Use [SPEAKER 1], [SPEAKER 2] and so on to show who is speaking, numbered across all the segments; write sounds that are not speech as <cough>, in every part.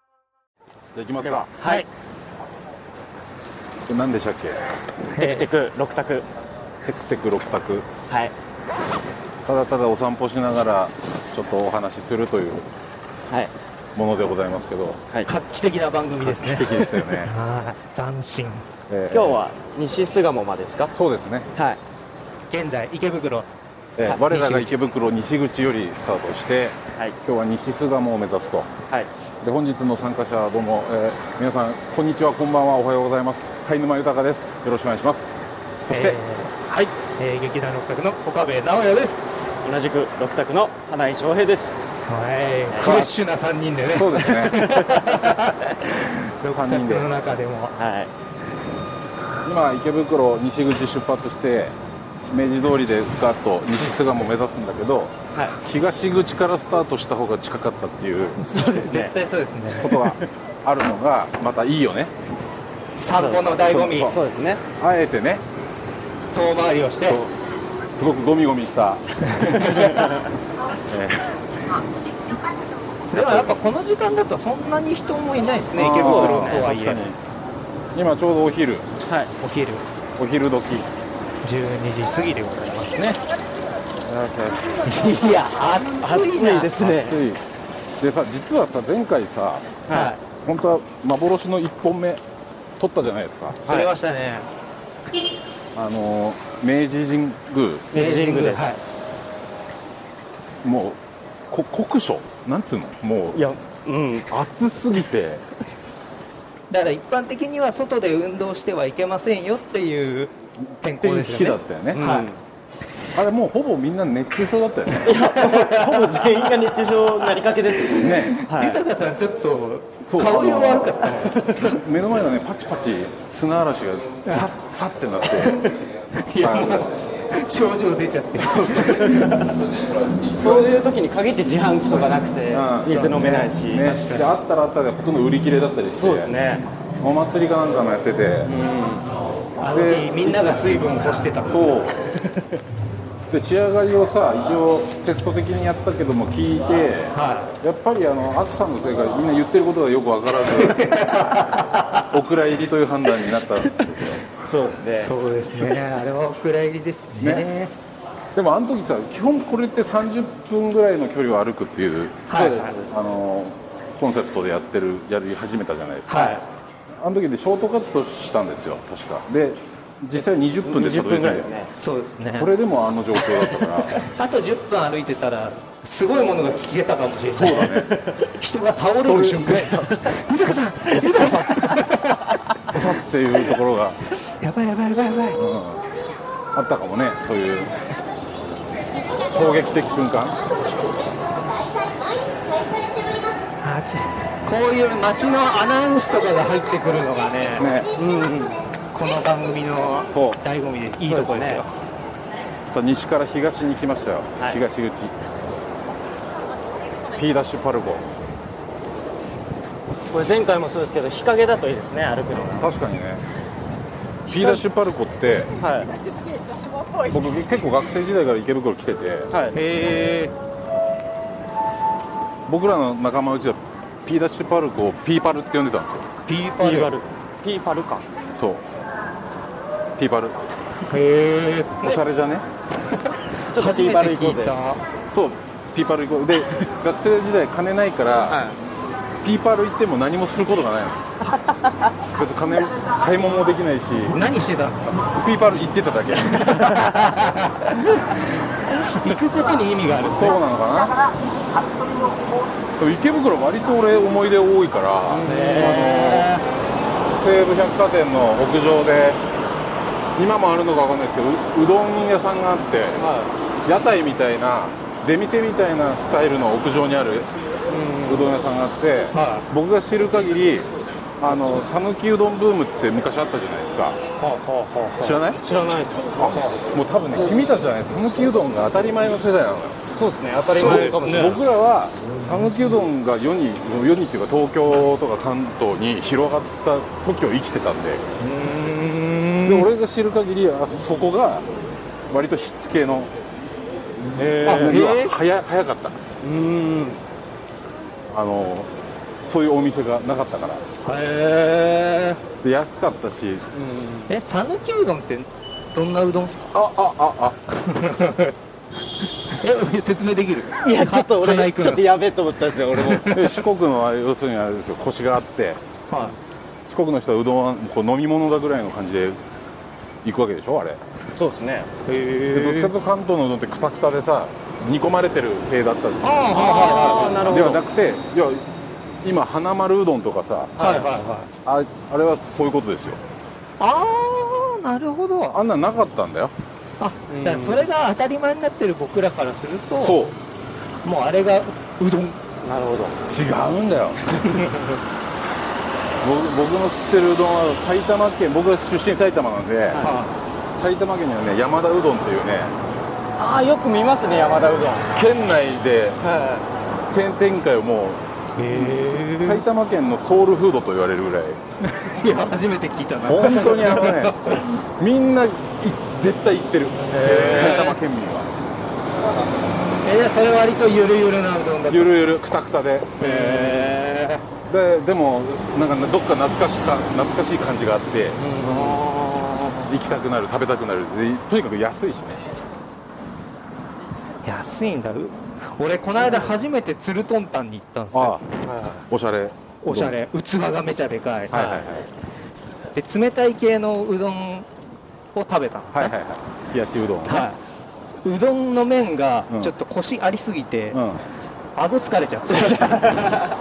[SPEAKER 1] ゃあ行きますか
[SPEAKER 2] はい、
[SPEAKER 1] これ何でしたっけ
[SPEAKER 2] テクテク六択
[SPEAKER 1] テクテク六択
[SPEAKER 2] はい
[SPEAKER 1] ただただお散歩しながらちょっとお話しするという
[SPEAKER 2] はい
[SPEAKER 1] ものでございますけど
[SPEAKER 2] はい今
[SPEAKER 3] 画期的な番組ですね、
[SPEAKER 1] 素敵ですよ
[SPEAKER 2] <laughs>
[SPEAKER 1] ね
[SPEAKER 3] はい斬新
[SPEAKER 1] えー
[SPEAKER 2] 日は西巣鴨までですか
[SPEAKER 1] そうですね、
[SPEAKER 2] はい
[SPEAKER 3] 現在池袋
[SPEAKER 1] えー
[SPEAKER 2] はい
[SPEAKER 1] 我らが
[SPEAKER 3] 西口
[SPEAKER 1] 池袋西口よりスタートして
[SPEAKER 2] はい
[SPEAKER 1] 今日は西巣鴨を目指すと
[SPEAKER 2] はい
[SPEAKER 1] で本日の参加者どうも、えー皆さんこんにちはこんばんはおはようございます貝沼豊ですよろしくお願いしますそして、
[SPEAKER 3] えーはい、えー、劇団六角の岡部直也です
[SPEAKER 2] 同じく六択の花井翔平です
[SPEAKER 3] はいフレッシュな三人でね
[SPEAKER 1] そうです
[SPEAKER 2] <laughs>
[SPEAKER 1] ね
[SPEAKER 3] 六
[SPEAKER 1] 三
[SPEAKER 3] 角
[SPEAKER 1] 人で
[SPEAKER 3] の中でも
[SPEAKER 2] はい
[SPEAKER 1] 今池袋西口出発して明治通りでガッと西巣鴨を目指すんだけど
[SPEAKER 2] は
[SPEAKER 1] 東口からスタートした方が近かったっていう
[SPEAKER 2] いそうですね
[SPEAKER 3] 絶対そうですね
[SPEAKER 1] ことがあるのがまたいいよね
[SPEAKER 3] 散歩の醍醐味
[SPEAKER 1] そう
[SPEAKER 2] そうですね
[SPEAKER 1] あえてね
[SPEAKER 3] 遠回りをして
[SPEAKER 1] そうすごくゴミゴミした
[SPEAKER 3] でもやっぱこの時間だとそんなに人もいないですね
[SPEAKER 1] あー
[SPEAKER 3] 池袋とはい
[SPEAKER 2] 確か
[SPEAKER 3] え
[SPEAKER 2] に
[SPEAKER 1] 今ちょうどお昼
[SPEAKER 2] はい
[SPEAKER 3] お昼
[SPEAKER 1] お昼時
[SPEAKER 3] 12時過ぎでございますね
[SPEAKER 2] いや暑い
[SPEAKER 3] な
[SPEAKER 2] ですね
[SPEAKER 1] 暑いでさ実はさ前回さ
[SPEAKER 3] は
[SPEAKER 1] 本当は幻の1本目撮ったじゃないですか
[SPEAKER 3] い撮れましたね
[SPEAKER 1] あのー明治神宮
[SPEAKER 2] 明治神宮です
[SPEAKER 3] はい
[SPEAKER 1] もうこ酷暑なんつうのも
[SPEAKER 2] いやうん
[SPEAKER 1] う暑すぎて
[SPEAKER 3] だから一般的には外で運動してはいけませんよっていう天
[SPEAKER 1] って
[SPEAKER 3] 候
[SPEAKER 1] いう
[SPEAKER 3] です
[SPEAKER 1] 日だ
[SPEAKER 3] よね
[SPEAKER 1] ったよね、
[SPEAKER 2] うん
[SPEAKER 3] はい
[SPEAKER 1] あれもうほぼみんな熱中症だったよね
[SPEAKER 2] ほぼ全員が熱中症になりかけですね
[SPEAKER 1] ね
[SPEAKER 2] はい
[SPEAKER 3] 豊さんちょっと
[SPEAKER 1] そう
[SPEAKER 3] 顔色悪かったね
[SPEAKER 1] 目の前のねパチパチ砂嵐がさっさってなってあの
[SPEAKER 3] 症状出ちゃって
[SPEAKER 2] そういう時に限って自販機とかなくて
[SPEAKER 1] うん
[SPEAKER 2] 水飲めないし
[SPEAKER 1] ねであったらあったでほとんど売り切れだったりして
[SPEAKER 2] そうですね
[SPEAKER 1] お祭りかなんかもやってて、
[SPEAKER 3] あの日みんなが水分を欲してたう
[SPEAKER 1] そうで仕上がりをさ一応テスト的にやったけども聞いて、
[SPEAKER 3] は
[SPEAKER 1] やっぱりあの暑さのせいかみんな言ってることがよくわからずお蔵入りという判断になった
[SPEAKER 2] そうですね
[SPEAKER 3] そうですねあれはお蔵入りですね
[SPEAKER 1] ねでもあの時さ基本これって30分ぐらいの距離を歩くっていう、
[SPEAKER 3] はい
[SPEAKER 1] そうですあのコンセプトでやってるやり始めたじゃないですか、
[SPEAKER 3] はい
[SPEAKER 1] あの時でショートカットしたんですよ確かで実際20分で
[SPEAKER 2] 20
[SPEAKER 1] 届い
[SPEAKER 2] 分ぐ
[SPEAKER 1] た
[SPEAKER 2] らい
[SPEAKER 1] んで
[SPEAKER 2] ですすね
[SPEAKER 3] そうですね
[SPEAKER 1] それでもあの状況だったから
[SPEAKER 3] あと10分歩いてたらすごいものが聞けたかもしれない
[SPEAKER 1] そうだね
[SPEAKER 3] <laughs> 人が倒れる瞬間三鷹さん三鷹さ
[SPEAKER 1] さっていうところが
[SPEAKER 3] んやばいやばいやばいやばい
[SPEAKER 1] あったかもねそういう衝撃的瞬間
[SPEAKER 3] あちこういう街のアナウンスとかが入ってくるのがね
[SPEAKER 1] ね
[SPEAKER 3] この番組の
[SPEAKER 1] そう
[SPEAKER 3] 醍醐味でいいとこですよ
[SPEAKER 1] さあ西から東に来ましたよ、
[SPEAKER 2] はい
[SPEAKER 1] 東口 P ダッシュパルコ
[SPEAKER 2] これ前回もそうですけど日陰だといいですね歩くの
[SPEAKER 1] 確かにね P ダッシュパルコって
[SPEAKER 2] がはい
[SPEAKER 1] 僕結構学生時代から池袋来てて
[SPEAKER 2] はい
[SPEAKER 3] へえ
[SPEAKER 1] 僕らの仲間うちは P ダッシュパルコを P パルって呼んでたんですよ
[SPEAKER 3] ピー
[SPEAKER 2] ピ
[SPEAKER 3] パ
[SPEAKER 2] ーパ
[SPEAKER 3] ル
[SPEAKER 2] ルピーパルか
[SPEAKER 1] そう P パル
[SPEAKER 3] へえ
[SPEAKER 1] おしゃれじゃね
[SPEAKER 2] ちょっとピーパル行こうぜ
[SPEAKER 1] そう P パル行こうで学生時代金ないから、ピーパール行っても何もすることがないの別に金買い物もできないし
[SPEAKER 3] 何してたんです <laughs> か
[SPEAKER 1] ピーパール行ってただけ
[SPEAKER 3] 行くことに意味がある
[SPEAKER 1] そうなのかなでも池袋割と俺思い出多いから、あの西武百貨店の屋上で今もあるのかわかんないですけどううどん屋さんがあって
[SPEAKER 2] は
[SPEAKER 1] 屋台みたいな出店みたいなスタイルの屋上にあるうどん屋さんがあって、
[SPEAKER 3] は
[SPEAKER 1] 僕が知る限りあの讃岐うどんブームって昔あったじゃないですか
[SPEAKER 2] いはあはあはあ
[SPEAKER 1] 知らない
[SPEAKER 2] 知らないです
[SPEAKER 1] もう多分ね君たちはね讃岐うどんが当たり前の世代なのよ
[SPEAKER 2] そうですね当たり
[SPEAKER 1] 僕
[SPEAKER 2] 前かもしれない
[SPEAKER 1] 僕らは讃岐うどんが世に世にっていうか東京とか関東に広がった時を生きてたんでで俺が知る限りあそこが割としつけの
[SPEAKER 2] へ
[SPEAKER 1] あ
[SPEAKER 2] ー
[SPEAKER 1] 早早かった
[SPEAKER 2] うーん
[SPEAKER 1] あのそういうお店がなかったから
[SPEAKER 3] へえ
[SPEAKER 1] で安かったし
[SPEAKER 3] え讃岐うどんってどんなうどんっすか
[SPEAKER 1] ああああ
[SPEAKER 3] え <laughs> 説明できる
[SPEAKER 2] いやちょっと
[SPEAKER 3] 花
[SPEAKER 2] 俺
[SPEAKER 3] 井
[SPEAKER 2] ち
[SPEAKER 3] 君
[SPEAKER 2] ょっとやべえと思ったんですよ俺も
[SPEAKER 1] で四国のは要するにあれですよコシがあって
[SPEAKER 3] は
[SPEAKER 1] 四国の人はうどんはこう飲み物だぐらいの感じで行くわけでしょあれ
[SPEAKER 2] そうですね
[SPEAKER 3] いへ
[SPEAKER 1] でどっちかというと関東のうどんってクタクタでさ煮込まれてる系だったじゃん
[SPEAKER 3] ああ
[SPEAKER 2] ああなるほ
[SPEAKER 1] で
[SPEAKER 2] ど
[SPEAKER 1] はなくていや今花丸うどんとかさ
[SPEAKER 3] はいはいはいはいはい
[SPEAKER 1] ああれはそういうことですよ
[SPEAKER 3] ああなるほどあ
[SPEAKER 1] あんなんなかったんだよ
[SPEAKER 3] だからそれが当たり前になってる僕らからすると
[SPEAKER 1] そう
[SPEAKER 3] もうあれがうどん
[SPEAKER 2] なるほど
[SPEAKER 1] 違うんだよ <laughs> 僕僕の知ってるうどんは埼玉県僕は出身埼玉なんで、
[SPEAKER 3] は
[SPEAKER 1] 埼玉県にはね山田うどんっていうね
[SPEAKER 2] ああよく見ますね山田うどんは
[SPEAKER 1] 県内で
[SPEAKER 2] い
[SPEAKER 1] チェーン展開をも
[SPEAKER 3] いへ <laughs>
[SPEAKER 1] う埼玉県のソウルフードと言われるぐらい
[SPEAKER 3] いや初めて聞いたな
[SPEAKER 1] 本当にあのねみんない絶対行ってる埼玉県民は
[SPEAKER 3] えじゃあそれ割とゆるゆるなうどんだ
[SPEAKER 1] ゆるゆるくたくたで
[SPEAKER 3] へ
[SPEAKER 1] ででもなんかどっか懐かしか懐かしい感じがあって行きたくなる食べたくなるでとにかく安いしね
[SPEAKER 3] え安いんだう俺この間初めて鶴トンタンに行ったんです
[SPEAKER 1] ああ
[SPEAKER 3] よ
[SPEAKER 1] おしゃれ
[SPEAKER 3] おしゃれ器がめちゃでかい、
[SPEAKER 1] はいはいはい
[SPEAKER 3] で冷たい系のうどんを食べたのね、
[SPEAKER 1] はいはいはい冷やしうどん
[SPEAKER 3] はいうどんの麺が
[SPEAKER 1] うん
[SPEAKER 3] ちょっとコシありすぎて、
[SPEAKER 1] うん
[SPEAKER 3] 顎疲れちゃった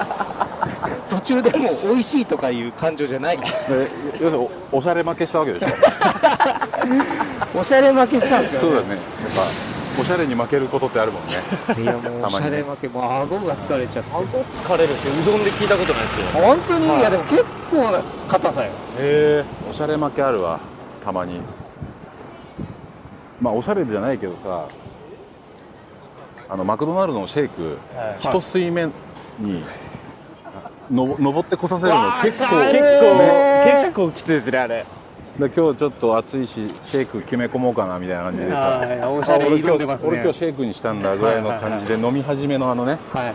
[SPEAKER 3] <laughs> 途中でもう美味しいとかいう感情じゃない
[SPEAKER 1] で要するにおおしゃれ負けしたわけでしょ
[SPEAKER 3] おしゃれ負けしたんで
[SPEAKER 1] <laughs>
[SPEAKER 3] す
[SPEAKER 1] そう
[SPEAKER 3] よ
[SPEAKER 1] だよねやっぱおしゃれに負けることってあるもんね
[SPEAKER 3] いやもうおしゃれ負けもう顎が疲れちゃった
[SPEAKER 2] 顎疲れるってうどんで聞いたことないですよ
[SPEAKER 3] 本当に、
[SPEAKER 2] はい
[SPEAKER 3] い、やでも結構な硬さよ
[SPEAKER 1] へえおしゃれ負けあるわたまにまあおしゃれじゃないけどさあのマクドナルドのシェイク、
[SPEAKER 2] はい
[SPEAKER 1] 一水面にのぼ登ってこさせるの結構
[SPEAKER 3] わか
[SPEAKER 2] 結
[SPEAKER 3] る
[SPEAKER 1] ね
[SPEAKER 2] 構結構きついですねあれ
[SPEAKER 1] で今日ちょっと暑いしシェイク決め込もうかなみたいな感じでさ
[SPEAKER 3] いお
[SPEAKER 1] あ俺今日俺今日シェイクにしたんだぐらいの感じで飲み始めのあのね
[SPEAKER 3] はいはい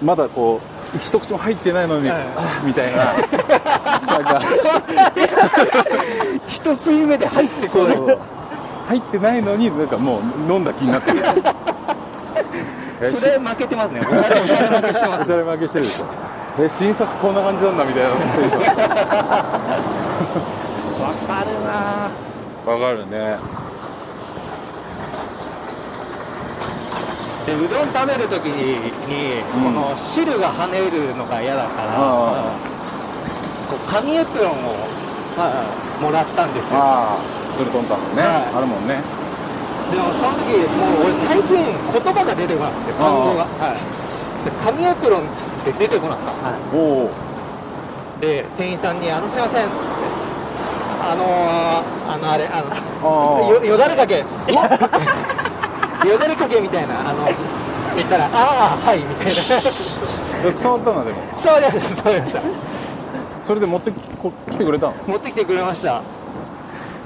[SPEAKER 1] まだこう一口も入ってないのに、あーみたいななんか
[SPEAKER 3] はい一吸い目で入って
[SPEAKER 1] そ
[SPEAKER 3] こ
[SPEAKER 1] う
[SPEAKER 3] ない
[SPEAKER 1] そう入ってないのになんかもう飲んだ気になってる
[SPEAKER 3] それ負けてますねおしゃれおしゃれ負けしてま
[SPEAKER 1] お
[SPEAKER 3] す
[SPEAKER 1] しゃれ負けしてるでしょえ新作こんな感じなんだみたいな
[SPEAKER 3] わかるな
[SPEAKER 1] わかるね
[SPEAKER 3] でうどん食べるときに
[SPEAKER 1] うん
[SPEAKER 3] この汁が跳ねるのが嫌だから、
[SPEAKER 1] あ
[SPEAKER 3] こう紙エプロンをもらったんです
[SPEAKER 1] ー
[SPEAKER 3] よ
[SPEAKER 1] あーそれトンタンもね、
[SPEAKER 3] はい
[SPEAKER 1] あるもんね
[SPEAKER 3] でもその時もう俺最近言葉が出てこなくて単語が、で紙エプロンって出てこなかった
[SPEAKER 1] おお
[SPEAKER 3] で店員さんに「あのすいません」っつって「あのー、あのあれあの
[SPEAKER 1] あ
[SPEAKER 3] よよだれかけ <laughs> よだれかけみたいなあの言ったら「ああはい」みたいな <laughs>
[SPEAKER 1] あ伝わったなでも
[SPEAKER 3] 伝わりました伝わりました
[SPEAKER 1] それで持ってきこ来てくれたの
[SPEAKER 3] 持ってきてくれました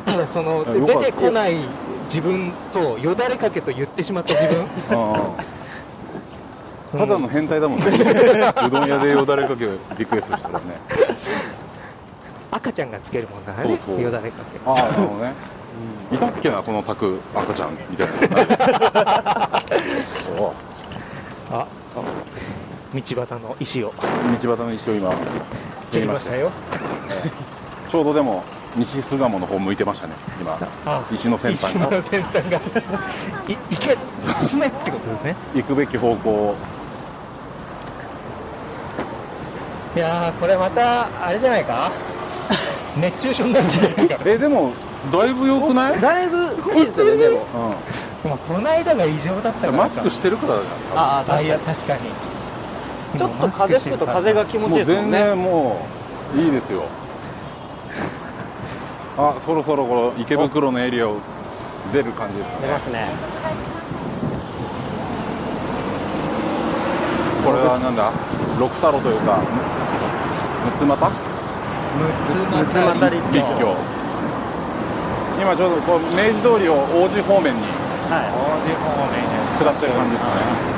[SPEAKER 3] ただその
[SPEAKER 1] あよかった
[SPEAKER 3] 出てこない自分とよだれかけと言ってしまった自分
[SPEAKER 1] ああただの変態だもんね <laughs> うどん屋でよだれかけをリクエストしたらね
[SPEAKER 3] 赤ちゃんがつけるもんなあ
[SPEAKER 1] そう
[SPEAKER 3] れ
[SPEAKER 1] そう
[SPEAKER 3] よだれかけ
[SPEAKER 1] ああなるほどねいたっけなこの宅赤ちゃんみたいな <laughs> おう
[SPEAKER 3] ああ道端の石を
[SPEAKER 1] 道端の石を今
[SPEAKER 3] 切りましたよ
[SPEAKER 1] ちょうどでも西巣鴨の方向いてましたね今
[SPEAKER 3] あ
[SPEAKER 1] 石の先端
[SPEAKER 3] 石
[SPEAKER 1] が
[SPEAKER 3] の先端がい行け進めってことですね
[SPEAKER 1] 行くべき方向
[SPEAKER 3] いやーこれまたあれじゃない <laughs> か熱中症になるんじゃないか
[SPEAKER 1] えでもだいぶ良くない、うん、
[SPEAKER 2] だいぶいいですよねでも
[SPEAKER 3] まあこの間が異常だったから
[SPEAKER 1] マスク
[SPEAKER 3] し
[SPEAKER 1] してるからだよ
[SPEAKER 2] ああ
[SPEAKER 3] あ
[SPEAKER 2] 確
[SPEAKER 3] い
[SPEAKER 2] か
[SPEAKER 3] や
[SPEAKER 2] に
[SPEAKER 3] 確かに
[SPEAKER 2] ちょっと風吹くと風が気持ちい
[SPEAKER 1] も
[SPEAKER 2] いうですも
[SPEAKER 1] 全
[SPEAKER 2] んね
[SPEAKER 1] 然もういいですよあそろそろこの池袋のエリアを出る感じですか
[SPEAKER 2] 出
[SPEAKER 1] ね
[SPEAKER 2] ますね
[SPEAKER 1] これはなんだ六サロというか六つ股
[SPEAKER 3] むつ
[SPEAKER 2] また
[SPEAKER 3] また立
[SPEAKER 1] 立教今ちょうどこう明治通りを王子方面に
[SPEAKER 2] は
[SPEAKER 1] 下ってる感じですね。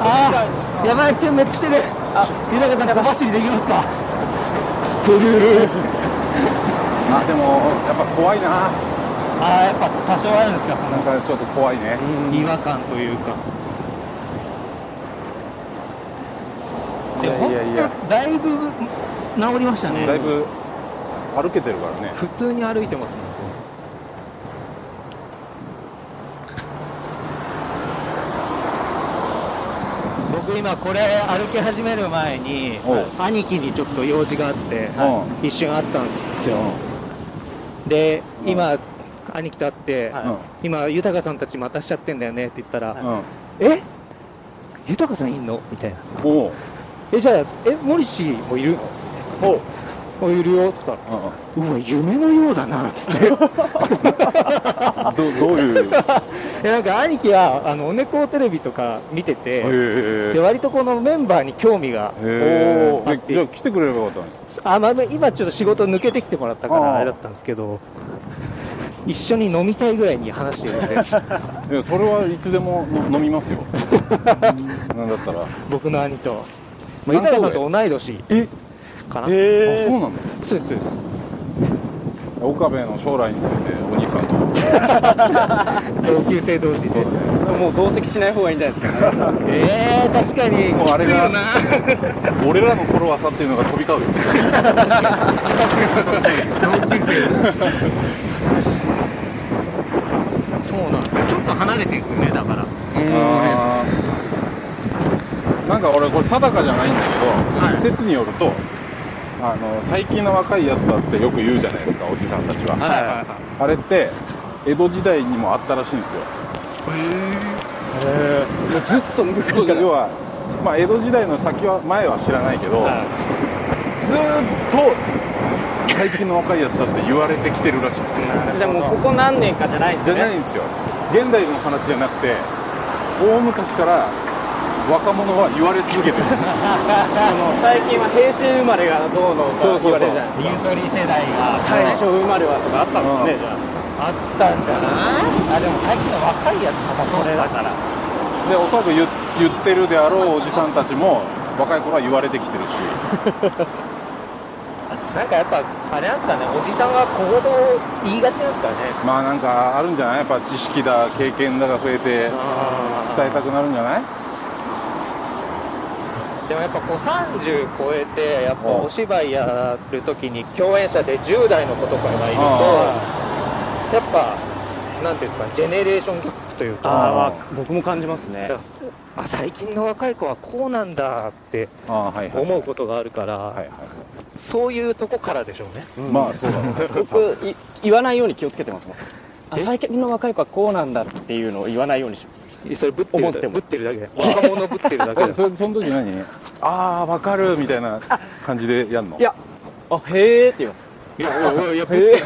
[SPEAKER 3] ああやばい点滅してるあ豊さん小走りできますかしてる
[SPEAKER 1] あでもやっぱ怖いな
[SPEAKER 3] ああやっぱ多少あるんですかそ
[SPEAKER 1] なんか
[SPEAKER 3] の
[SPEAKER 1] ちょっと怖いね、
[SPEAKER 3] 違和感というか
[SPEAKER 1] いやいやいや
[SPEAKER 3] 本当だいぶ治りましたね
[SPEAKER 1] だいぶ歩けてるからね
[SPEAKER 3] 普通に歩いてますね僕今これ歩き始める前に
[SPEAKER 1] おう
[SPEAKER 3] 兄貴にちょっと用事があって
[SPEAKER 1] は
[SPEAKER 3] 一瞬あったんですよで今兄貴と会って
[SPEAKER 2] は
[SPEAKER 3] 今豊さんたち待たしちゃってんだよねって言ったら
[SPEAKER 1] うん、うん
[SPEAKER 3] 「え豊さんいんの?」みたいな
[SPEAKER 1] おう
[SPEAKER 3] 「えじゃあえモリシーもいるの?」
[SPEAKER 2] おう
[SPEAKER 3] おいるよ」っつったら
[SPEAKER 1] うんうん
[SPEAKER 3] 「うわ夢のようだな」っつって
[SPEAKER 1] どどういう
[SPEAKER 3] <laughs> でなんか兄貴はあのお猫テレビとか見てて、
[SPEAKER 1] へ
[SPEAKER 3] で割とこのメンバーに興味が
[SPEAKER 1] えへ
[SPEAKER 3] あっ
[SPEAKER 1] えじゃあ
[SPEAKER 3] て
[SPEAKER 1] 来てくれればよかったね
[SPEAKER 3] あ、まあ、今ちょっと仕事抜けてきてもらったか
[SPEAKER 1] ああ
[SPEAKER 3] らあれだったんですけど一緒に飲みたいぐらいに話してるんで <laughs>
[SPEAKER 1] いやそれはいつでもの飲みますよなんだったら
[SPEAKER 3] 僕の兄と、まあ、伊沢さんと同い年
[SPEAKER 1] え
[SPEAKER 3] かな、
[SPEAKER 1] あそう
[SPEAKER 2] え
[SPEAKER 1] なんだ
[SPEAKER 3] そうですそうです
[SPEAKER 1] 岡部の将来についてお兄さんと
[SPEAKER 3] 同級生同士で
[SPEAKER 2] ー、もう同席しない方がいいんじゃないですか、ね、
[SPEAKER 3] えー、確かに
[SPEAKER 1] もうあれが
[SPEAKER 3] きついよ
[SPEAKER 1] <laughs> 俺らの頃はさっていうのが飛び交うよ
[SPEAKER 3] なそうなんですよちょっと離れてるんですよねだから
[SPEAKER 1] あーなんか俺これ定かじゃないんだけど、一説によるとあの最近の若いやつだってよく言うじゃないですかおじさんたちは、
[SPEAKER 3] はいはいはい
[SPEAKER 1] あれって江戸時代にもあったらしいんですよ
[SPEAKER 2] もうずっと昔
[SPEAKER 1] そう
[SPEAKER 2] から
[SPEAKER 1] 要は、まあ、江戸時代の先は前は知らないけど、ずーっと最近の若いやつだって言われてきてるらしくて
[SPEAKER 2] じゃあもうここ何年かじゃないんで
[SPEAKER 1] じ
[SPEAKER 2] す
[SPEAKER 1] ゃない
[SPEAKER 2] ね
[SPEAKER 1] んですよ現代の話じゃなくて大昔から若者は言われ <laughs> 続けてる
[SPEAKER 2] あの最近は平成生まれがどうのとか言われるじゃないです
[SPEAKER 3] ゆとり世代が
[SPEAKER 2] か大正生まれはとかあったんですねじゃ
[SPEAKER 3] あったんじゃないあでも最近の若いやつとかそれだから
[SPEAKER 1] でおそらく言言ってるであろうおじさんたちも若い頃は言われてきてるし
[SPEAKER 3] なんかやっぱあれなんですかねおじさんが行動を言いがちなんですかね
[SPEAKER 1] まあなんかあるんじゃないやっぱ知識だ経験だが増えて伝えたくなるんじゃない
[SPEAKER 3] でもやっぱこう30超えてやっぱお芝居やるときに共演者で10代の子とかがいるとやっぱなんていうんですかジェネレーションギャップという
[SPEAKER 2] ああ
[SPEAKER 3] か
[SPEAKER 2] ー、まあ、僕も感じますね
[SPEAKER 3] あ最近の若い子はこうなんだって
[SPEAKER 1] ああはいはい
[SPEAKER 3] 思うことがあるから、
[SPEAKER 1] はいはい、
[SPEAKER 3] そういうとこからでしょうね
[SPEAKER 1] まあそうだろうね
[SPEAKER 2] 僕い言わないように気をつけてますもんあ
[SPEAKER 3] え
[SPEAKER 2] 最近の若い子はこうなんだっていうのを言わないようにします
[SPEAKER 3] それぶってる
[SPEAKER 2] 思っても
[SPEAKER 3] ぶってるだけ若者ぶってるだけ
[SPEAKER 1] えそその時何ああ分かるみたいな感じでやんの
[SPEAKER 2] いやあへえって言います
[SPEAKER 3] いやいやいやぶっ
[SPEAKER 2] へえ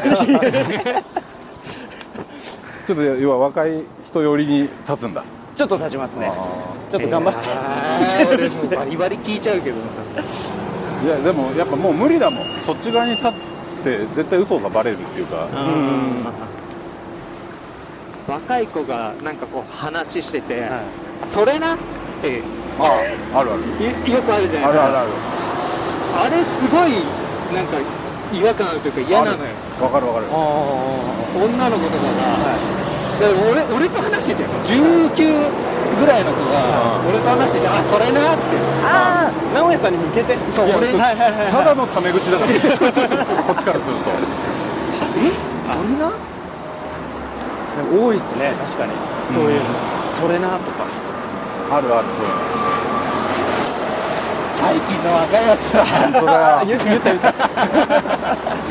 [SPEAKER 1] ちょっと要は若い人寄りに立つんだ
[SPEAKER 2] ちょっと立ちますね
[SPEAKER 1] あ
[SPEAKER 2] ちょっと頑張って、
[SPEAKER 3] えー俺もバリバリ聞いちゃうけど
[SPEAKER 1] ーいやでもやっぱもう無理だもんそっち側に立って絶対嘘がバレるっていうか
[SPEAKER 2] うん
[SPEAKER 3] 若い子がなんかこう話してて、
[SPEAKER 2] は
[SPEAKER 3] それなってよ
[SPEAKER 1] あああるある
[SPEAKER 3] くあるじゃな
[SPEAKER 1] あ
[SPEAKER 3] いですか
[SPEAKER 1] るあるある
[SPEAKER 3] あれすごいなんか違和感あるというか嫌なのよ
[SPEAKER 1] わかるわかる
[SPEAKER 3] 女の子とかが、だから俺俺と話してて19ぐらいの子が俺と話しててあそれなって
[SPEAKER 2] ああ直江さんに向けて
[SPEAKER 3] そう
[SPEAKER 2] いや
[SPEAKER 3] 俺
[SPEAKER 2] そうはいはいはい
[SPEAKER 1] ただのタメ口だから <laughs> こっちからすると
[SPEAKER 3] えそれな
[SPEAKER 2] 多いですね確かにそういうの、それなとか
[SPEAKER 1] あるあるそういうの
[SPEAKER 3] 最近の若いやつは
[SPEAKER 1] 本当だよ
[SPEAKER 2] <laughs> 言言った言った <laughs>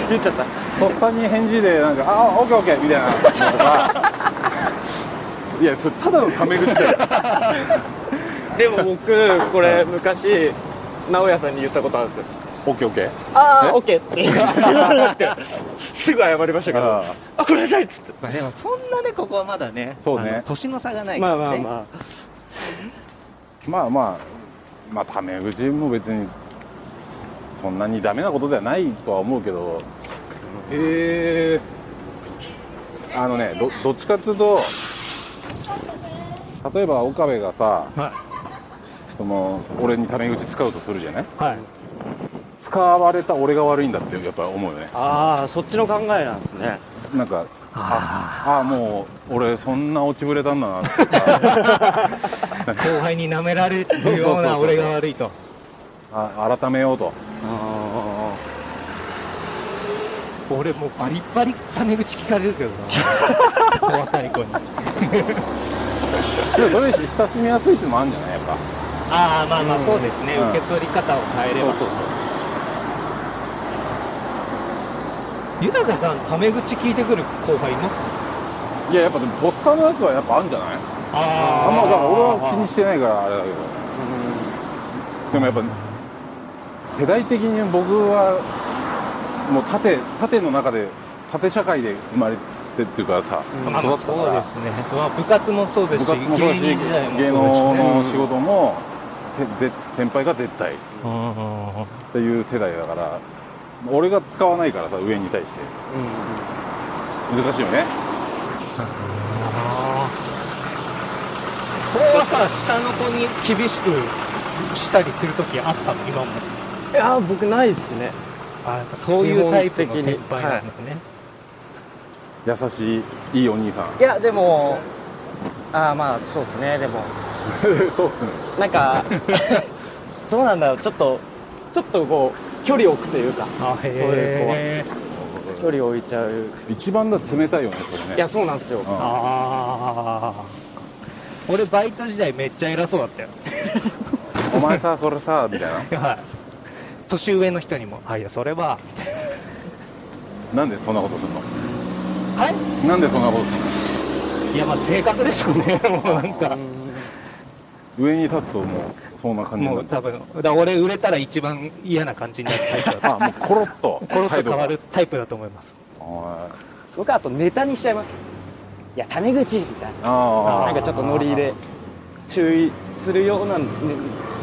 [SPEAKER 2] 言っちゃった
[SPEAKER 1] とっさに返事でなんか「ああオッケーオッケー」みたいなのとかいやそれただのタメ口だよ
[SPEAKER 2] でも僕これ昔直哉さんに言ったことあるんですよ
[SPEAKER 1] <laughs> オッケーオッケー
[SPEAKER 2] あ
[SPEAKER 1] え
[SPEAKER 2] あオッケーって言わなくて <laughs> すぐ謝りましたけど
[SPEAKER 1] あー
[SPEAKER 2] あごめんなさいっつって
[SPEAKER 3] まあでもそんなねここはまだね
[SPEAKER 1] そうね
[SPEAKER 3] あの年の差がないか
[SPEAKER 2] ま
[SPEAKER 3] ら
[SPEAKER 2] あ
[SPEAKER 3] ね
[SPEAKER 2] まあま
[SPEAKER 1] ま
[SPEAKER 2] あ
[SPEAKER 1] あまあまあタメ口も別にそんなにダメなことではないとは思うけど
[SPEAKER 2] へえ
[SPEAKER 1] あのねどどっちかっていうと例えば岡部がさ、
[SPEAKER 3] は
[SPEAKER 1] その俺にタメ口使うとするじゃない
[SPEAKER 2] はい
[SPEAKER 1] 使われた俺が悪いんだってやっぱ思うよね
[SPEAKER 2] ああそっちの考えなんですね
[SPEAKER 1] なんかああもう俺そんな落ちぶれたんだなとか
[SPEAKER 3] 後輩に舐められ
[SPEAKER 1] そうそ
[SPEAKER 3] る
[SPEAKER 1] う
[SPEAKER 3] よ
[SPEAKER 1] そううそ
[SPEAKER 3] な
[SPEAKER 1] う
[SPEAKER 3] 俺が悪いと
[SPEAKER 1] あ改めようと
[SPEAKER 2] あ
[SPEAKER 3] 俺もうバリバリタメ口聞かれるけど <laughs> な若い子
[SPEAKER 1] で
[SPEAKER 3] に
[SPEAKER 1] もそれ親しみやすいってのもあるんじゃないやっぱ
[SPEAKER 3] ああまあまあそうですね、
[SPEAKER 1] うん
[SPEAKER 3] 受け取り方を変えれば
[SPEAKER 1] そうそう
[SPEAKER 3] 豊さんタメ口聞いてくる後輩います
[SPEAKER 1] そういややっぱでもとっさのやつはやっぱあるんじゃない
[SPEAKER 3] あ
[SPEAKER 1] あんまだから俺は気にしてないからあれだけどでもやっぱ世代的に僕はもう縦縦の中で縦社会で生まれてっていうかさ育
[SPEAKER 3] まあ
[SPEAKER 1] った
[SPEAKER 3] そう
[SPEAKER 1] から
[SPEAKER 3] ですね、まあ、部活もそうで
[SPEAKER 1] 部
[SPEAKER 3] すし
[SPEAKER 1] 活もそうだし
[SPEAKER 3] 芸人時代もそうですし、ね、
[SPEAKER 1] 芸能の仕事もせぜ先輩が絶対っ
[SPEAKER 3] うんうんうんうん
[SPEAKER 1] ていう世代だから俺が使わないからさ上に対して難しいよね
[SPEAKER 3] これはさ下の子に厳しくしたりする時あったの今も
[SPEAKER 2] いやー僕ないっすね
[SPEAKER 3] あやっぱそういうタイプの
[SPEAKER 2] 基本的
[SPEAKER 3] 先
[SPEAKER 2] に
[SPEAKER 3] 輩なんだね、
[SPEAKER 1] 優しいいいお兄さん
[SPEAKER 2] いやでもああまあそうですねでも
[SPEAKER 1] そうっすね
[SPEAKER 2] なん <laughs> かどうなんだろうちょっとちょっとこう距離を置くというか
[SPEAKER 3] あへえ
[SPEAKER 2] 距離を置いちゃう
[SPEAKER 1] 一番だ冷たいよねそれね
[SPEAKER 2] いやそうなんですよ
[SPEAKER 1] うん
[SPEAKER 3] ああ俺バイト時代めっちゃ偉そうだったよ
[SPEAKER 1] お前さそれさみたいな
[SPEAKER 3] はい年上の人にも「あいやそれは」みたい
[SPEAKER 1] なんでそんなことすんの
[SPEAKER 3] なはい
[SPEAKER 1] なんでそんなことすんの
[SPEAKER 3] いやまあ性格でしょう <laughs> ねもうなんか
[SPEAKER 1] 上に立つともうそんな感じに
[SPEAKER 3] も
[SPEAKER 1] な
[SPEAKER 3] う
[SPEAKER 1] る
[SPEAKER 3] 多分だから俺売れたら一番嫌な感じになるタイプ <laughs> だと
[SPEAKER 1] あもうコロッと
[SPEAKER 3] コロッと変わ
[SPEAKER 1] る
[SPEAKER 3] るタイプだと思います
[SPEAKER 1] あ
[SPEAKER 2] 僕はあとネタにしちゃいますいやタメ口みたいな
[SPEAKER 1] あ
[SPEAKER 2] なんかちょっとノリで注意するような、ね、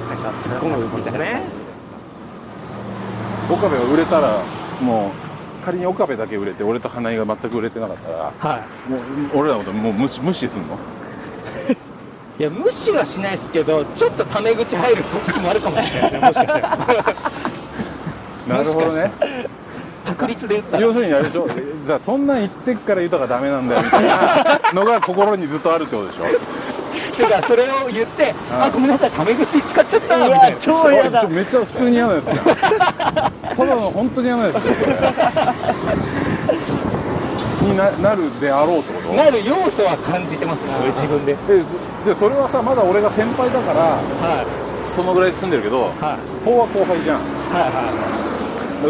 [SPEAKER 2] なんか突っ込むみたいなね
[SPEAKER 1] 岡部が売れたらもう仮に岡部だけ売れて俺と花井が全く売れてなかったら
[SPEAKER 3] は
[SPEAKER 1] もう俺らのこともう無視無視すんの
[SPEAKER 3] いいや無視はしないですけどちょっとタメ口入る時もあるかもしれないですねもしかしたら
[SPEAKER 1] なるほど
[SPEAKER 3] もしか
[SPEAKER 1] ね
[SPEAKER 3] 確率で言ったら
[SPEAKER 1] 要するにあれでしょだからそんなん言ってっから言うたらダメなんだよみたいなのが心にずっとあるってことでしょ
[SPEAKER 3] てかそれを言って「あごめんなさいタメ口使っちゃった」み
[SPEAKER 2] う
[SPEAKER 3] た
[SPEAKER 2] わ
[SPEAKER 3] <laughs> いな
[SPEAKER 2] 超嫌だ
[SPEAKER 1] めっちゃ普通に嫌なやつじゃんただの本当に嫌なやつだよこれにななるであろうってこと
[SPEAKER 3] なる要素は感じてますね俺自分で
[SPEAKER 1] えそでそれはさまだ俺が先輩だから
[SPEAKER 3] はい
[SPEAKER 1] そのぐらい進んでるけど
[SPEAKER 3] はい
[SPEAKER 1] 法は後輩じゃん
[SPEAKER 3] はいは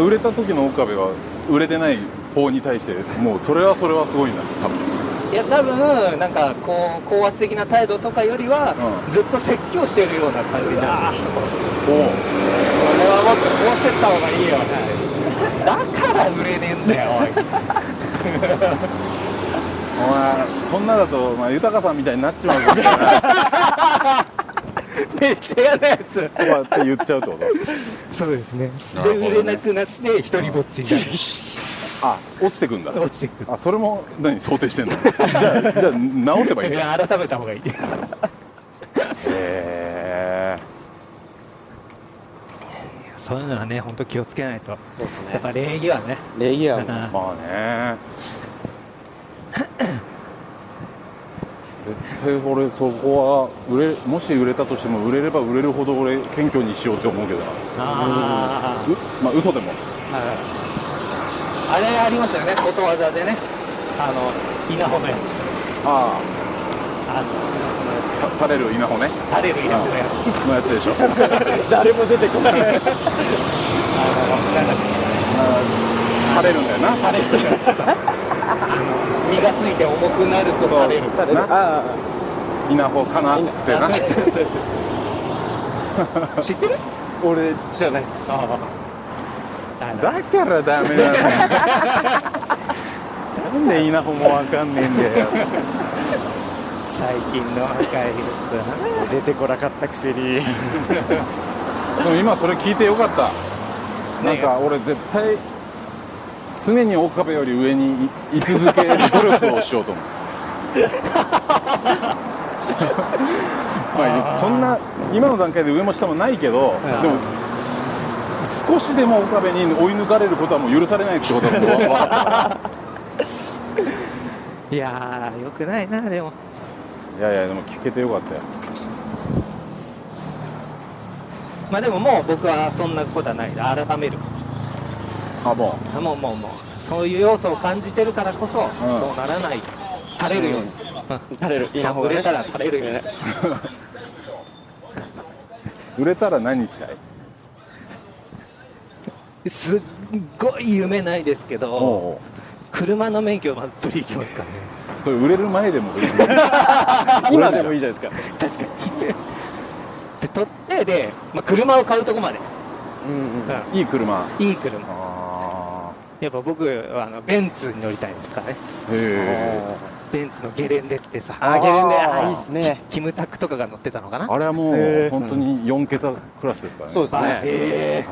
[SPEAKER 1] 売れた時の岡部は売れてない方に対してもうそれはそれはすごいんだ多分
[SPEAKER 3] いいや多分なんかこう高圧的な態度とかよりは、ずっと説教してるような感じになる
[SPEAKER 1] お
[SPEAKER 3] これはもっとこうしてった方がいいよ、だから売れねえんだよおい
[SPEAKER 1] お前そんなだと、まあ、豊さんみたいになっちまうぞみたいな
[SPEAKER 3] めっちゃ嫌なやつ
[SPEAKER 1] とかって言っちゃうってこと
[SPEAKER 3] そうですね
[SPEAKER 1] なるほどね
[SPEAKER 3] で売れなくなって一人ぼっちになる
[SPEAKER 1] あ落ちてくんだ
[SPEAKER 3] 落ちてく
[SPEAKER 1] あそれも何想定してんの <laughs> じゃあじゃあ直せばいい
[SPEAKER 3] るい
[SPEAKER 1] へ
[SPEAKER 3] や改めた方がいい
[SPEAKER 1] え
[SPEAKER 3] そういうのはね本当気をつけないと
[SPEAKER 2] そうです
[SPEAKER 3] や
[SPEAKER 2] ね
[SPEAKER 3] っぱ礼儀はね
[SPEAKER 2] レイヤー
[SPEAKER 1] ま
[SPEAKER 2] も
[SPEAKER 3] あ
[SPEAKER 1] あね絶対俺そこは売れもし売れたとしても売れれば売れるほど俺謙虚にしようって思うけどな
[SPEAKER 3] あ
[SPEAKER 1] うまあ嘘でも
[SPEAKER 3] あれありますよねことわざでねあの稲穂のやつ
[SPEAKER 1] あ
[SPEAKER 3] あ
[SPEAKER 1] あさされる稲穂ね
[SPEAKER 3] の垂れる稲穂のやつ
[SPEAKER 1] のやつでしょあ
[SPEAKER 2] <laughs> 誰も出てこ
[SPEAKER 1] <laughs>
[SPEAKER 2] ない
[SPEAKER 3] なんだっ
[SPEAKER 1] ー垂れるんだよな
[SPEAKER 3] け垂れるやつ身がついて重くなると垂れる
[SPEAKER 1] 垂れる
[SPEAKER 3] な
[SPEAKER 2] あ
[SPEAKER 1] 稲穂かなっつってな
[SPEAKER 3] あそうそうそう <laughs> 知ってる
[SPEAKER 2] あ俺じゃないっす
[SPEAKER 3] ああだ
[SPEAKER 1] だからダメなんだよなんで稲穂もわかんねえんだよ
[SPEAKER 3] 最近の若い人
[SPEAKER 2] 出てこなかったくせに
[SPEAKER 1] でも今それ聞いてよかったなんか俺絶対常に岡部より上にい居続ける努力をしようと思うまあ、そんな今の段階で上も下もないけど、でも少しでも岡部に追い抜かれることはもう許されないってことだもんわ分かった
[SPEAKER 3] いやーよくないなでも
[SPEAKER 1] いやいやでも聞けてよかったよ
[SPEAKER 3] まあでももう僕はそんなことはない改める
[SPEAKER 1] あも
[SPEAKER 3] あもうもうもうそういう要素を感じてるからこそ、
[SPEAKER 1] ん
[SPEAKER 3] そうならない垂れるように、
[SPEAKER 2] 垂れるいいな
[SPEAKER 3] そう
[SPEAKER 2] 方
[SPEAKER 3] 売
[SPEAKER 2] が
[SPEAKER 3] れ
[SPEAKER 2] ね
[SPEAKER 3] たら垂れるように、
[SPEAKER 1] う売れたら何したい
[SPEAKER 3] すっごい夢ないですけ
[SPEAKER 1] お
[SPEAKER 3] ど
[SPEAKER 1] うおう
[SPEAKER 3] 車の免許をまず取りに行きますからね
[SPEAKER 1] それ売れる前でもいい
[SPEAKER 2] <laughs> 今でもいいじゃないですか
[SPEAKER 3] 確かにで取ってで、まあ、車を買うとこまで、
[SPEAKER 2] うんうん
[SPEAKER 1] いい車
[SPEAKER 3] いい車
[SPEAKER 1] あ
[SPEAKER 3] やっぱ僕はあのベンツに乗りたいですからね
[SPEAKER 1] あへえ
[SPEAKER 3] ベンツのゲレンデってさ
[SPEAKER 2] あーゲレンデ
[SPEAKER 1] あー
[SPEAKER 2] あーいいっすね
[SPEAKER 3] キムタクとかが乗ってたのかな
[SPEAKER 1] あれはもう
[SPEAKER 2] へえ
[SPEAKER 1] 本当に4桁クラスですからね
[SPEAKER 2] そうです
[SPEAKER 3] あ
[SPEAKER 2] ね
[SPEAKER 3] へ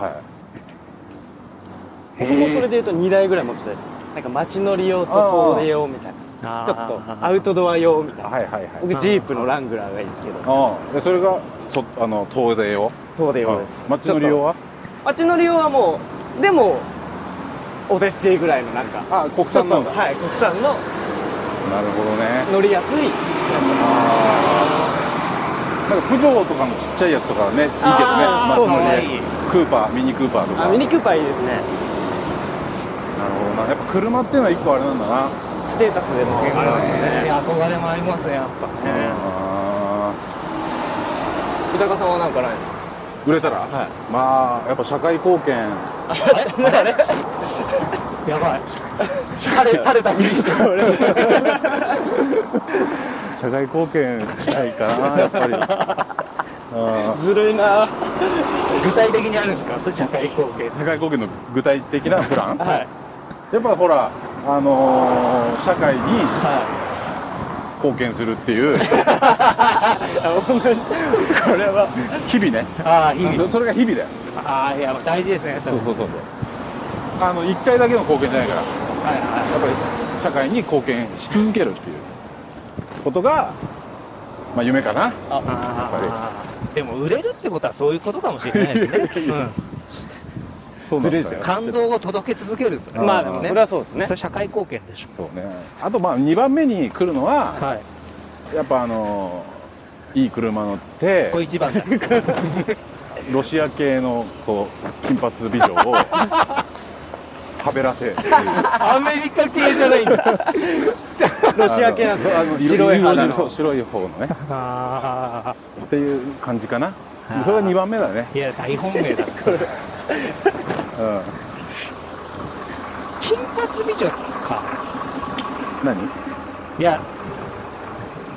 [SPEAKER 1] はい
[SPEAKER 2] 僕もそれで言うと2台ぐらい持ってたですなんか街乗り用と遠出用みたい
[SPEAKER 3] ー
[SPEAKER 2] な
[SPEAKER 3] あ
[SPEAKER 2] ちょ
[SPEAKER 3] ー
[SPEAKER 2] っとアウトドア用みたいな
[SPEAKER 1] はいはいはい
[SPEAKER 2] 僕ジープのラングラーがいいんですけど
[SPEAKER 1] ああでそれがそあの遠出用
[SPEAKER 2] 遠出用です
[SPEAKER 1] 街の利用
[SPEAKER 2] は
[SPEAKER 1] は
[SPEAKER 2] 街乗り用はもうでもオデッセイぐらいのなんか
[SPEAKER 1] あ国産なんだ
[SPEAKER 2] ちょっとはい国産
[SPEAKER 1] な
[SPEAKER 2] の
[SPEAKER 1] るほどね
[SPEAKER 2] 乗りやすい
[SPEAKER 1] なんかプジョーとかのちっちゃいやつとかねいいけどね
[SPEAKER 2] あー
[SPEAKER 1] 街の
[SPEAKER 3] そう
[SPEAKER 1] ね
[SPEAKER 3] そういい
[SPEAKER 1] クーパーミニクーパーとか
[SPEAKER 2] あミニクーパーいいですね
[SPEAKER 1] なるほどなやっぱ車っていうのは一個あれなんだな
[SPEAKER 2] ステータスでもあれますよ
[SPEAKER 3] い
[SPEAKER 2] ね
[SPEAKER 3] や憧れもありますねやっぱね
[SPEAKER 1] あ
[SPEAKER 2] 豊川さんはなんかない
[SPEAKER 1] ー売れたら、
[SPEAKER 2] は
[SPEAKER 1] まあやっぱ社会貢献
[SPEAKER 3] やば <laughs> い垂れ垂れたふりして
[SPEAKER 1] 社会貢献したいかなやっぱりあ
[SPEAKER 2] ずるいな
[SPEAKER 3] 具体的にあるんですか社会貢献
[SPEAKER 1] ー社会貢献の具体的なプラン
[SPEAKER 2] はい
[SPEAKER 1] やっぱほらあのー社会に
[SPEAKER 2] は
[SPEAKER 1] 貢献するっていう
[SPEAKER 2] いあほんまにこれは
[SPEAKER 1] 日々ね
[SPEAKER 3] ああいい
[SPEAKER 1] そそれが日々だよ
[SPEAKER 3] ああいや大事ですねそれ
[SPEAKER 1] そうそうあの1回だけの貢献じゃないから
[SPEAKER 3] はいは
[SPEAKER 1] やっぱり社会に貢献し続けるっていうことが、まあ、夢かな。
[SPEAKER 3] いあーでも売れるってことはそういうことかもしれないですね、
[SPEAKER 1] そうなん
[SPEAKER 2] ずるい
[SPEAKER 3] うん、
[SPEAKER 2] で
[SPEAKER 3] 感動を届け続けるとね
[SPEAKER 2] まあでもそれはそうですね
[SPEAKER 3] それ社会貢献でしょ
[SPEAKER 1] そうね。あとまあ2番目に来るのは、
[SPEAKER 3] はい
[SPEAKER 1] やっぱあのいい車乗って
[SPEAKER 3] これ一番だ
[SPEAKER 1] ロシア系のこう金髪美女をはべらせっていう
[SPEAKER 3] <laughs> アメリカ系じゃないんだ
[SPEAKER 2] ロシア系なんです
[SPEAKER 1] あの
[SPEAKER 2] ね白い肌
[SPEAKER 1] 色々
[SPEAKER 2] の
[SPEAKER 1] そう白い方のね
[SPEAKER 3] <laughs> あ
[SPEAKER 1] っていう感じかな
[SPEAKER 3] ー
[SPEAKER 1] それが2番目だね
[SPEAKER 3] ーいや大本命だ
[SPEAKER 1] うん
[SPEAKER 3] <laughs> 金髪美女か
[SPEAKER 1] 何
[SPEAKER 3] いや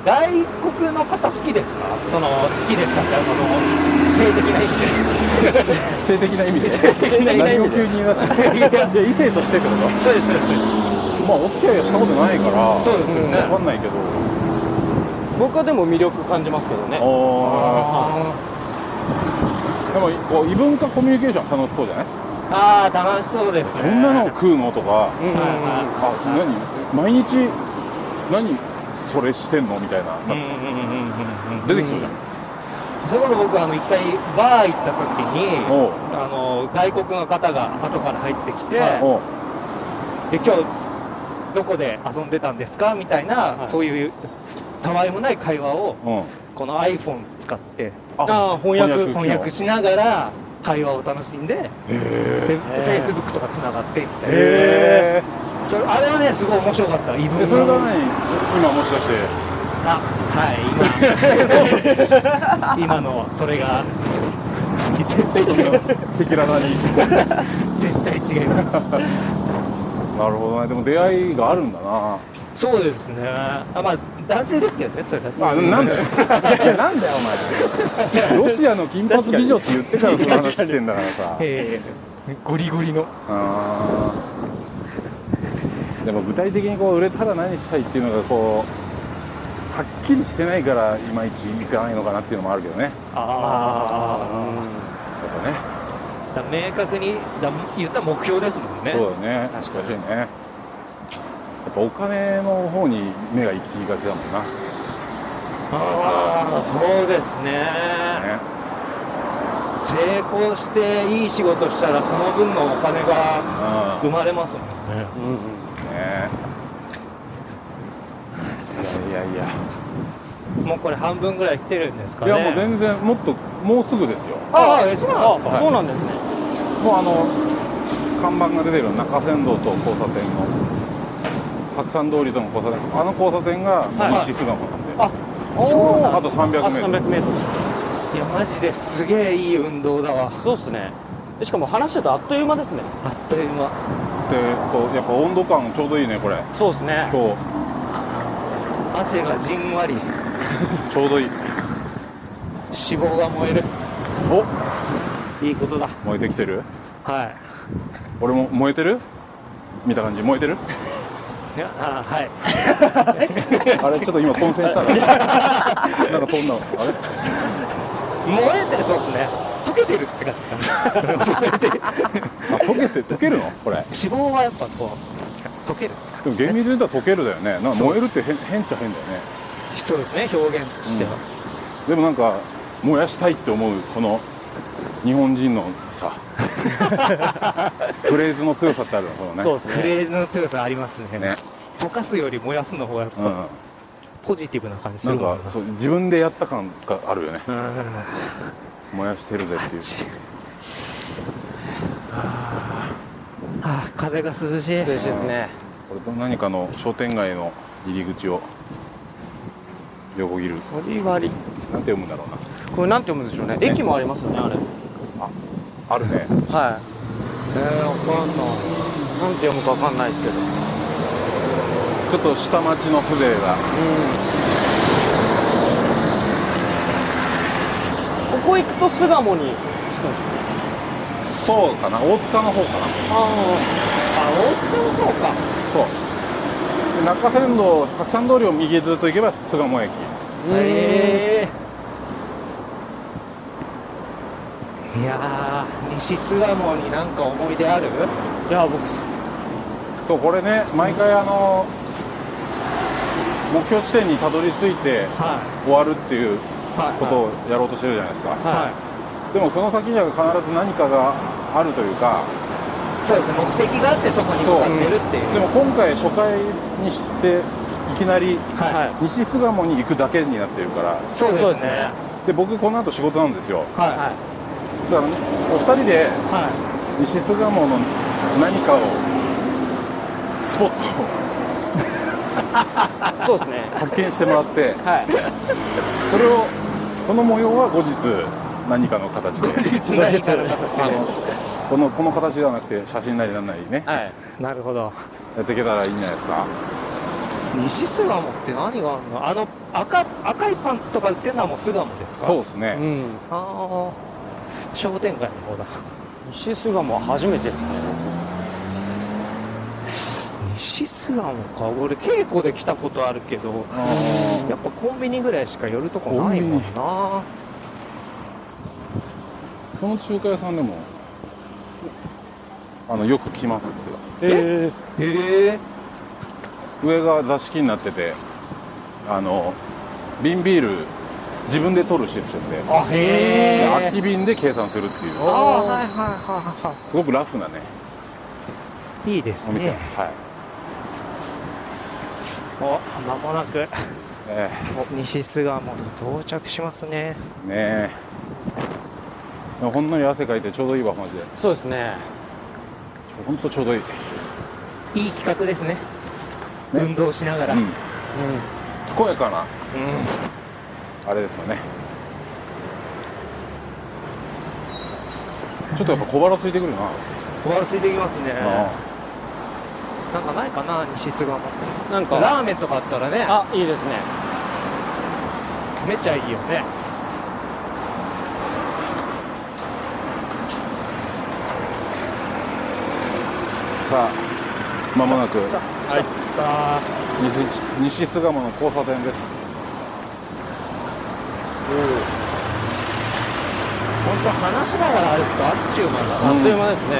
[SPEAKER 3] 外国の方好きですかその好きですかってあの性的な意味で
[SPEAKER 1] 性的な意味で
[SPEAKER 3] 的な意味で
[SPEAKER 1] 何を急に言いますかいや異性としてってこと
[SPEAKER 3] そうですそうです
[SPEAKER 1] まあお付き合いはしたことないから
[SPEAKER 3] そうですよね
[SPEAKER 1] 分かんないけど
[SPEAKER 2] 僕はでも魅力感じますけどね
[SPEAKER 1] あ
[SPEAKER 3] あ
[SPEAKER 1] ーでもこう異文化コミュニケーション楽しそうじゃない
[SPEAKER 3] あー楽しそうです
[SPEAKER 1] そ
[SPEAKER 3] ね
[SPEAKER 1] んなの食うのとか
[SPEAKER 2] うんうんうん
[SPEAKER 1] あ何毎日何それしてんのみたいな
[SPEAKER 3] うんうんうんうんうんうん
[SPEAKER 1] 出てきそうじゃん
[SPEAKER 3] それこそ僕あの一回バー行った時に
[SPEAKER 1] おう
[SPEAKER 3] あの外国の方が後から入ってきて
[SPEAKER 1] おう
[SPEAKER 3] で今日どこで遊んでたんですかみたいな、
[SPEAKER 2] はい
[SPEAKER 3] そういうたわいもない会話を
[SPEAKER 1] うん
[SPEAKER 3] この iPhone 使って
[SPEAKER 2] あー翻訳
[SPEAKER 1] 機能
[SPEAKER 3] 翻訳しながら会話を楽しんで
[SPEAKER 1] へ
[SPEAKER 3] で
[SPEAKER 2] へー
[SPEAKER 3] Facebook とかつながってみたいな
[SPEAKER 1] え
[SPEAKER 3] それあれはねすごい面白かった異文化
[SPEAKER 1] それが何今もしかして
[SPEAKER 3] あはい <laughs> 今今のそれが絶対違います
[SPEAKER 1] 赤裸々に
[SPEAKER 3] 絶対違います
[SPEAKER 1] なるほどねでも出会いがあるんだな
[SPEAKER 3] そうですねあまあ男性ですけどねそれ
[SPEAKER 1] あなんだよいやなんだよお前ロシアの金髪美女って言ってからその話してんだからさ
[SPEAKER 3] ええゴリゴリの
[SPEAKER 1] あーでも具体的にこう売れたら何したいっていうのがこうはっきりしてないからいまいちいかないのかなっていうのもあるけどね
[SPEAKER 3] あ
[SPEAKER 1] やっぱね
[SPEAKER 3] あ明確にだ言ったら目標ですもんね
[SPEAKER 1] そうだね
[SPEAKER 3] 確
[SPEAKER 1] 確
[SPEAKER 3] か
[SPEAKER 1] か
[SPEAKER 3] に
[SPEAKER 1] にねやっぱお金の方に目が行きがちだもんな
[SPEAKER 3] ああそうですね
[SPEAKER 1] ね
[SPEAKER 3] 成功していい仕事したらその分のお金が
[SPEAKER 1] う
[SPEAKER 3] 生まれますもん
[SPEAKER 1] ん
[SPEAKER 3] ね
[SPEAKER 1] ねいやいやいや
[SPEAKER 3] もうこれ半分ぐらい来てるんですか
[SPEAKER 1] い
[SPEAKER 3] ね
[SPEAKER 1] やもう全然もっともうすぐですよ
[SPEAKER 3] ああえそうなんです
[SPEAKER 1] は
[SPEAKER 3] か
[SPEAKER 1] い
[SPEAKER 2] そうなんですね
[SPEAKER 1] もうあの看板が出てる中山道と交差点の白山通りとの交差点あの交差点が
[SPEAKER 2] はい
[SPEAKER 1] 西巣鴨なんで、
[SPEAKER 2] あ
[SPEAKER 3] そうなん
[SPEAKER 1] あと3 0 0
[SPEAKER 2] あ
[SPEAKER 1] メートル
[SPEAKER 2] 300m
[SPEAKER 3] いやマジですげえいい運動だわ
[SPEAKER 2] そうですねしかも話してたらあっという間ですね
[SPEAKER 3] あっという
[SPEAKER 1] で
[SPEAKER 3] 間
[SPEAKER 1] とやっぱ温度感ちょうどいいねこれ
[SPEAKER 2] そうですね
[SPEAKER 1] 今
[SPEAKER 3] 汗がじんわり
[SPEAKER 1] 日ちょうどいい
[SPEAKER 3] 脂肪が燃える
[SPEAKER 1] お
[SPEAKER 3] いいことだ
[SPEAKER 1] 燃えてきてる
[SPEAKER 3] はい
[SPEAKER 1] 俺も燃えてる見た感じ燃えてる
[SPEAKER 3] いやあはい
[SPEAKER 1] あれちょっと今混戦したら <laughs> なんか飛んだのあれ
[SPEAKER 3] 燃えてるそうですね溶けてるって感じ
[SPEAKER 1] あ溶けて溶けるのこれ
[SPEAKER 3] 脂肪はやっぱこう溶ける
[SPEAKER 1] でも厳密に言ったら溶けるだよねなんか燃えるって変変っちゃ変だよね
[SPEAKER 3] そうですね表現としては、
[SPEAKER 1] でもなんか燃やしたいって思うこの日本人のさフレーズの強さってあるのこのね
[SPEAKER 2] そうです
[SPEAKER 3] フ
[SPEAKER 2] ね
[SPEAKER 3] レーズの強さありますね
[SPEAKER 1] ね、
[SPEAKER 3] 溶かすより燃やすの方がやっ
[SPEAKER 1] う
[SPEAKER 3] ぱ
[SPEAKER 1] ん、なん
[SPEAKER 3] ポジティブな感じするもん
[SPEAKER 1] かそう自分でやった感があるよね
[SPEAKER 3] なうん
[SPEAKER 1] 燃やしてるぜっていう
[SPEAKER 3] あー風が涼しい
[SPEAKER 2] 涼しいですね
[SPEAKER 1] これと何かの商店街の入り口を横切る
[SPEAKER 2] 鳥割り
[SPEAKER 1] なんて読むんだろうな
[SPEAKER 2] これなんて読むんでしょうね
[SPEAKER 1] ね
[SPEAKER 2] 駅もありますよねあれ
[SPEAKER 1] あるね
[SPEAKER 2] は
[SPEAKER 3] えー、わかんない
[SPEAKER 2] いなんて読むかわかんないですけど
[SPEAKER 1] ちょっと下町の風情が
[SPEAKER 2] ここ行くと巣鴨に着くんですよね
[SPEAKER 1] そうかな大塚の方かな
[SPEAKER 2] あ
[SPEAKER 3] あ大塚の方か
[SPEAKER 1] そうで中山道白山通りを右へずっと行けば巣鴨駅
[SPEAKER 2] あ
[SPEAKER 3] へえいやー西巣鴨になんか思い出ある
[SPEAKER 2] いや僕す
[SPEAKER 1] そうこれね毎回あの目標地点にたどり着いて
[SPEAKER 3] は
[SPEAKER 1] 終わるっていう
[SPEAKER 3] いはい
[SPEAKER 1] ことをやろうとしてるじゃないですか、
[SPEAKER 2] は
[SPEAKER 1] でもその先には必ず何かがあるというか
[SPEAKER 3] そうです目的があってそこに向かってるっていう
[SPEAKER 1] でも今回初回にしていきなり
[SPEAKER 2] いはい
[SPEAKER 1] 西巣鴨に行くだけになってるから
[SPEAKER 3] そう
[SPEAKER 2] そうですね
[SPEAKER 1] で僕この後仕事なんですよ
[SPEAKER 3] はい
[SPEAKER 2] は
[SPEAKER 1] だからねお二人で
[SPEAKER 3] は
[SPEAKER 1] 西巣鴨の何かをスポットを
[SPEAKER 2] いそうですね
[SPEAKER 1] 発見してもらって
[SPEAKER 2] はい
[SPEAKER 1] それをその模様は後日何かの形で
[SPEAKER 3] い実内からだ
[SPEAKER 1] あのこのこの形ではなくて写真なりなんなりね
[SPEAKER 2] はい
[SPEAKER 3] なるほど
[SPEAKER 1] やっていけたらいいんじゃないですか
[SPEAKER 3] 西巣鴨って何があるのあの赤赤いパンツとか売ってるのはもう巣鴨ですか
[SPEAKER 1] そう
[SPEAKER 3] う
[SPEAKER 1] ですね、
[SPEAKER 2] うん
[SPEAKER 3] ああ商店街の方だ
[SPEAKER 2] 西巣鴨は初めてですね
[SPEAKER 3] 西巣鴨か俺稽古で来たことあるけど
[SPEAKER 1] あー
[SPEAKER 3] やっぱコンビニぐらいしか寄るとこないもんな
[SPEAKER 1] この中華屋さんでもあのよく来ますよ
[SPEAKER 2] え
[SPEAKER 3] へえ
[SPEAKER 1] 上が座敷になっててあの瓶ビール自分で取るシステムでで
[SPEAKER 3] あへ
[SPEAKER 1] 空
[SPEAKER 3] え
[SPEAKER 1] き瓶で計算するっていう
[SPEAKER 3] ああはいはいはいは
[SPEAKER 1] すごくラフなね
[SPEAKER 3] いいいです
[SPEAKER 1] お店、
[SPEAKER 3] ね
[SPEAKER 1] はい、
[SPEAKER 3] お間もなく
[SPEAKER 1] え
[SPEAKER 3] お西巣鴨に到着します
[SPEAKER 1] ー、
[SPEAKER 3] ね
[SPEAKER 1] ねえでもほんのり汗かいてちょうどいいわマジで
[SPEAKER 2] そうですね
[SPEAKER 1] ほんとちょうどいい、ね
[SPEAKER 3] いい企画ですね運動しながら、
[SPEAKER 1] うん、
[SPEAKER 2] うん
[SPEAKER 1] 健やかなあれですかねちょっとやっぱ小腹空いてくるな、
[SPEAKER 3] 小腹空いてきますね
[SPEAKER 1] あ
[SPEAKER 3] なんかないかな西巣鴨
[SPEAKER 2] なんか
[SPEAKER 3] ラーメンとかあったらね
[SPEAKER 2] あいいですね
[SPEAKER 3] めちゃいいよね
[SPEAKER 1] さあまもなく
[SPEAKER 3] さ
[SPEAKER 2] はい
[SPEAKER 3] さ
[SPEAKER 1] 西西巣鴨の交差点です
[SPEAKER 3] 本当話しながら歩くとあっちゅう間だ
[SPEAKER 1] う
[SPEAKER 2] あ
[SPEAKER 1] ん
[SPEAKER 2] っという間ですね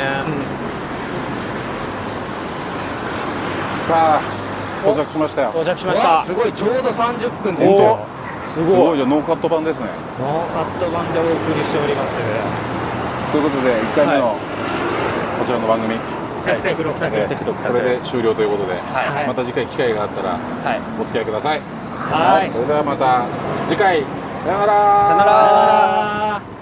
[SPEAKER 1] さあ到着しましたよ
[SPEAKER 2] 到着しま
[SPEAKER 3] な
[SPEAKER 2] し
[SPEAKER 3] わあ
[SPEAKER 2] た
[SPEAKER 3] すごいちょうど30分ですよ
[SPEAKER 2] す
[SPEAKER 1] すごい
[SPEAKER 2] ごい
[SPEAKER 1] じゃあノーカット版ですね
[SPEAKER 3] ノーカット版でお送りしております
[SPEAKER 1] ということで1回目のこちらの番組、
[SPEAKER 3] はい、テクロタク
[SPEAKER 1] え
[SPEAKER 3] テクロ
[SPEAKER 1] ーこれで終了ということで、
[SPEAKER 3] はい
[SPEAKER 1] また次回機会があったら
[SPEAKER 2] はい
[SPEAKER 1] お付き合いください、
[SPEAKER 3] はい
[SPEAKER 1] それではまた次回さよなら
[SPEAKER 3] さよなら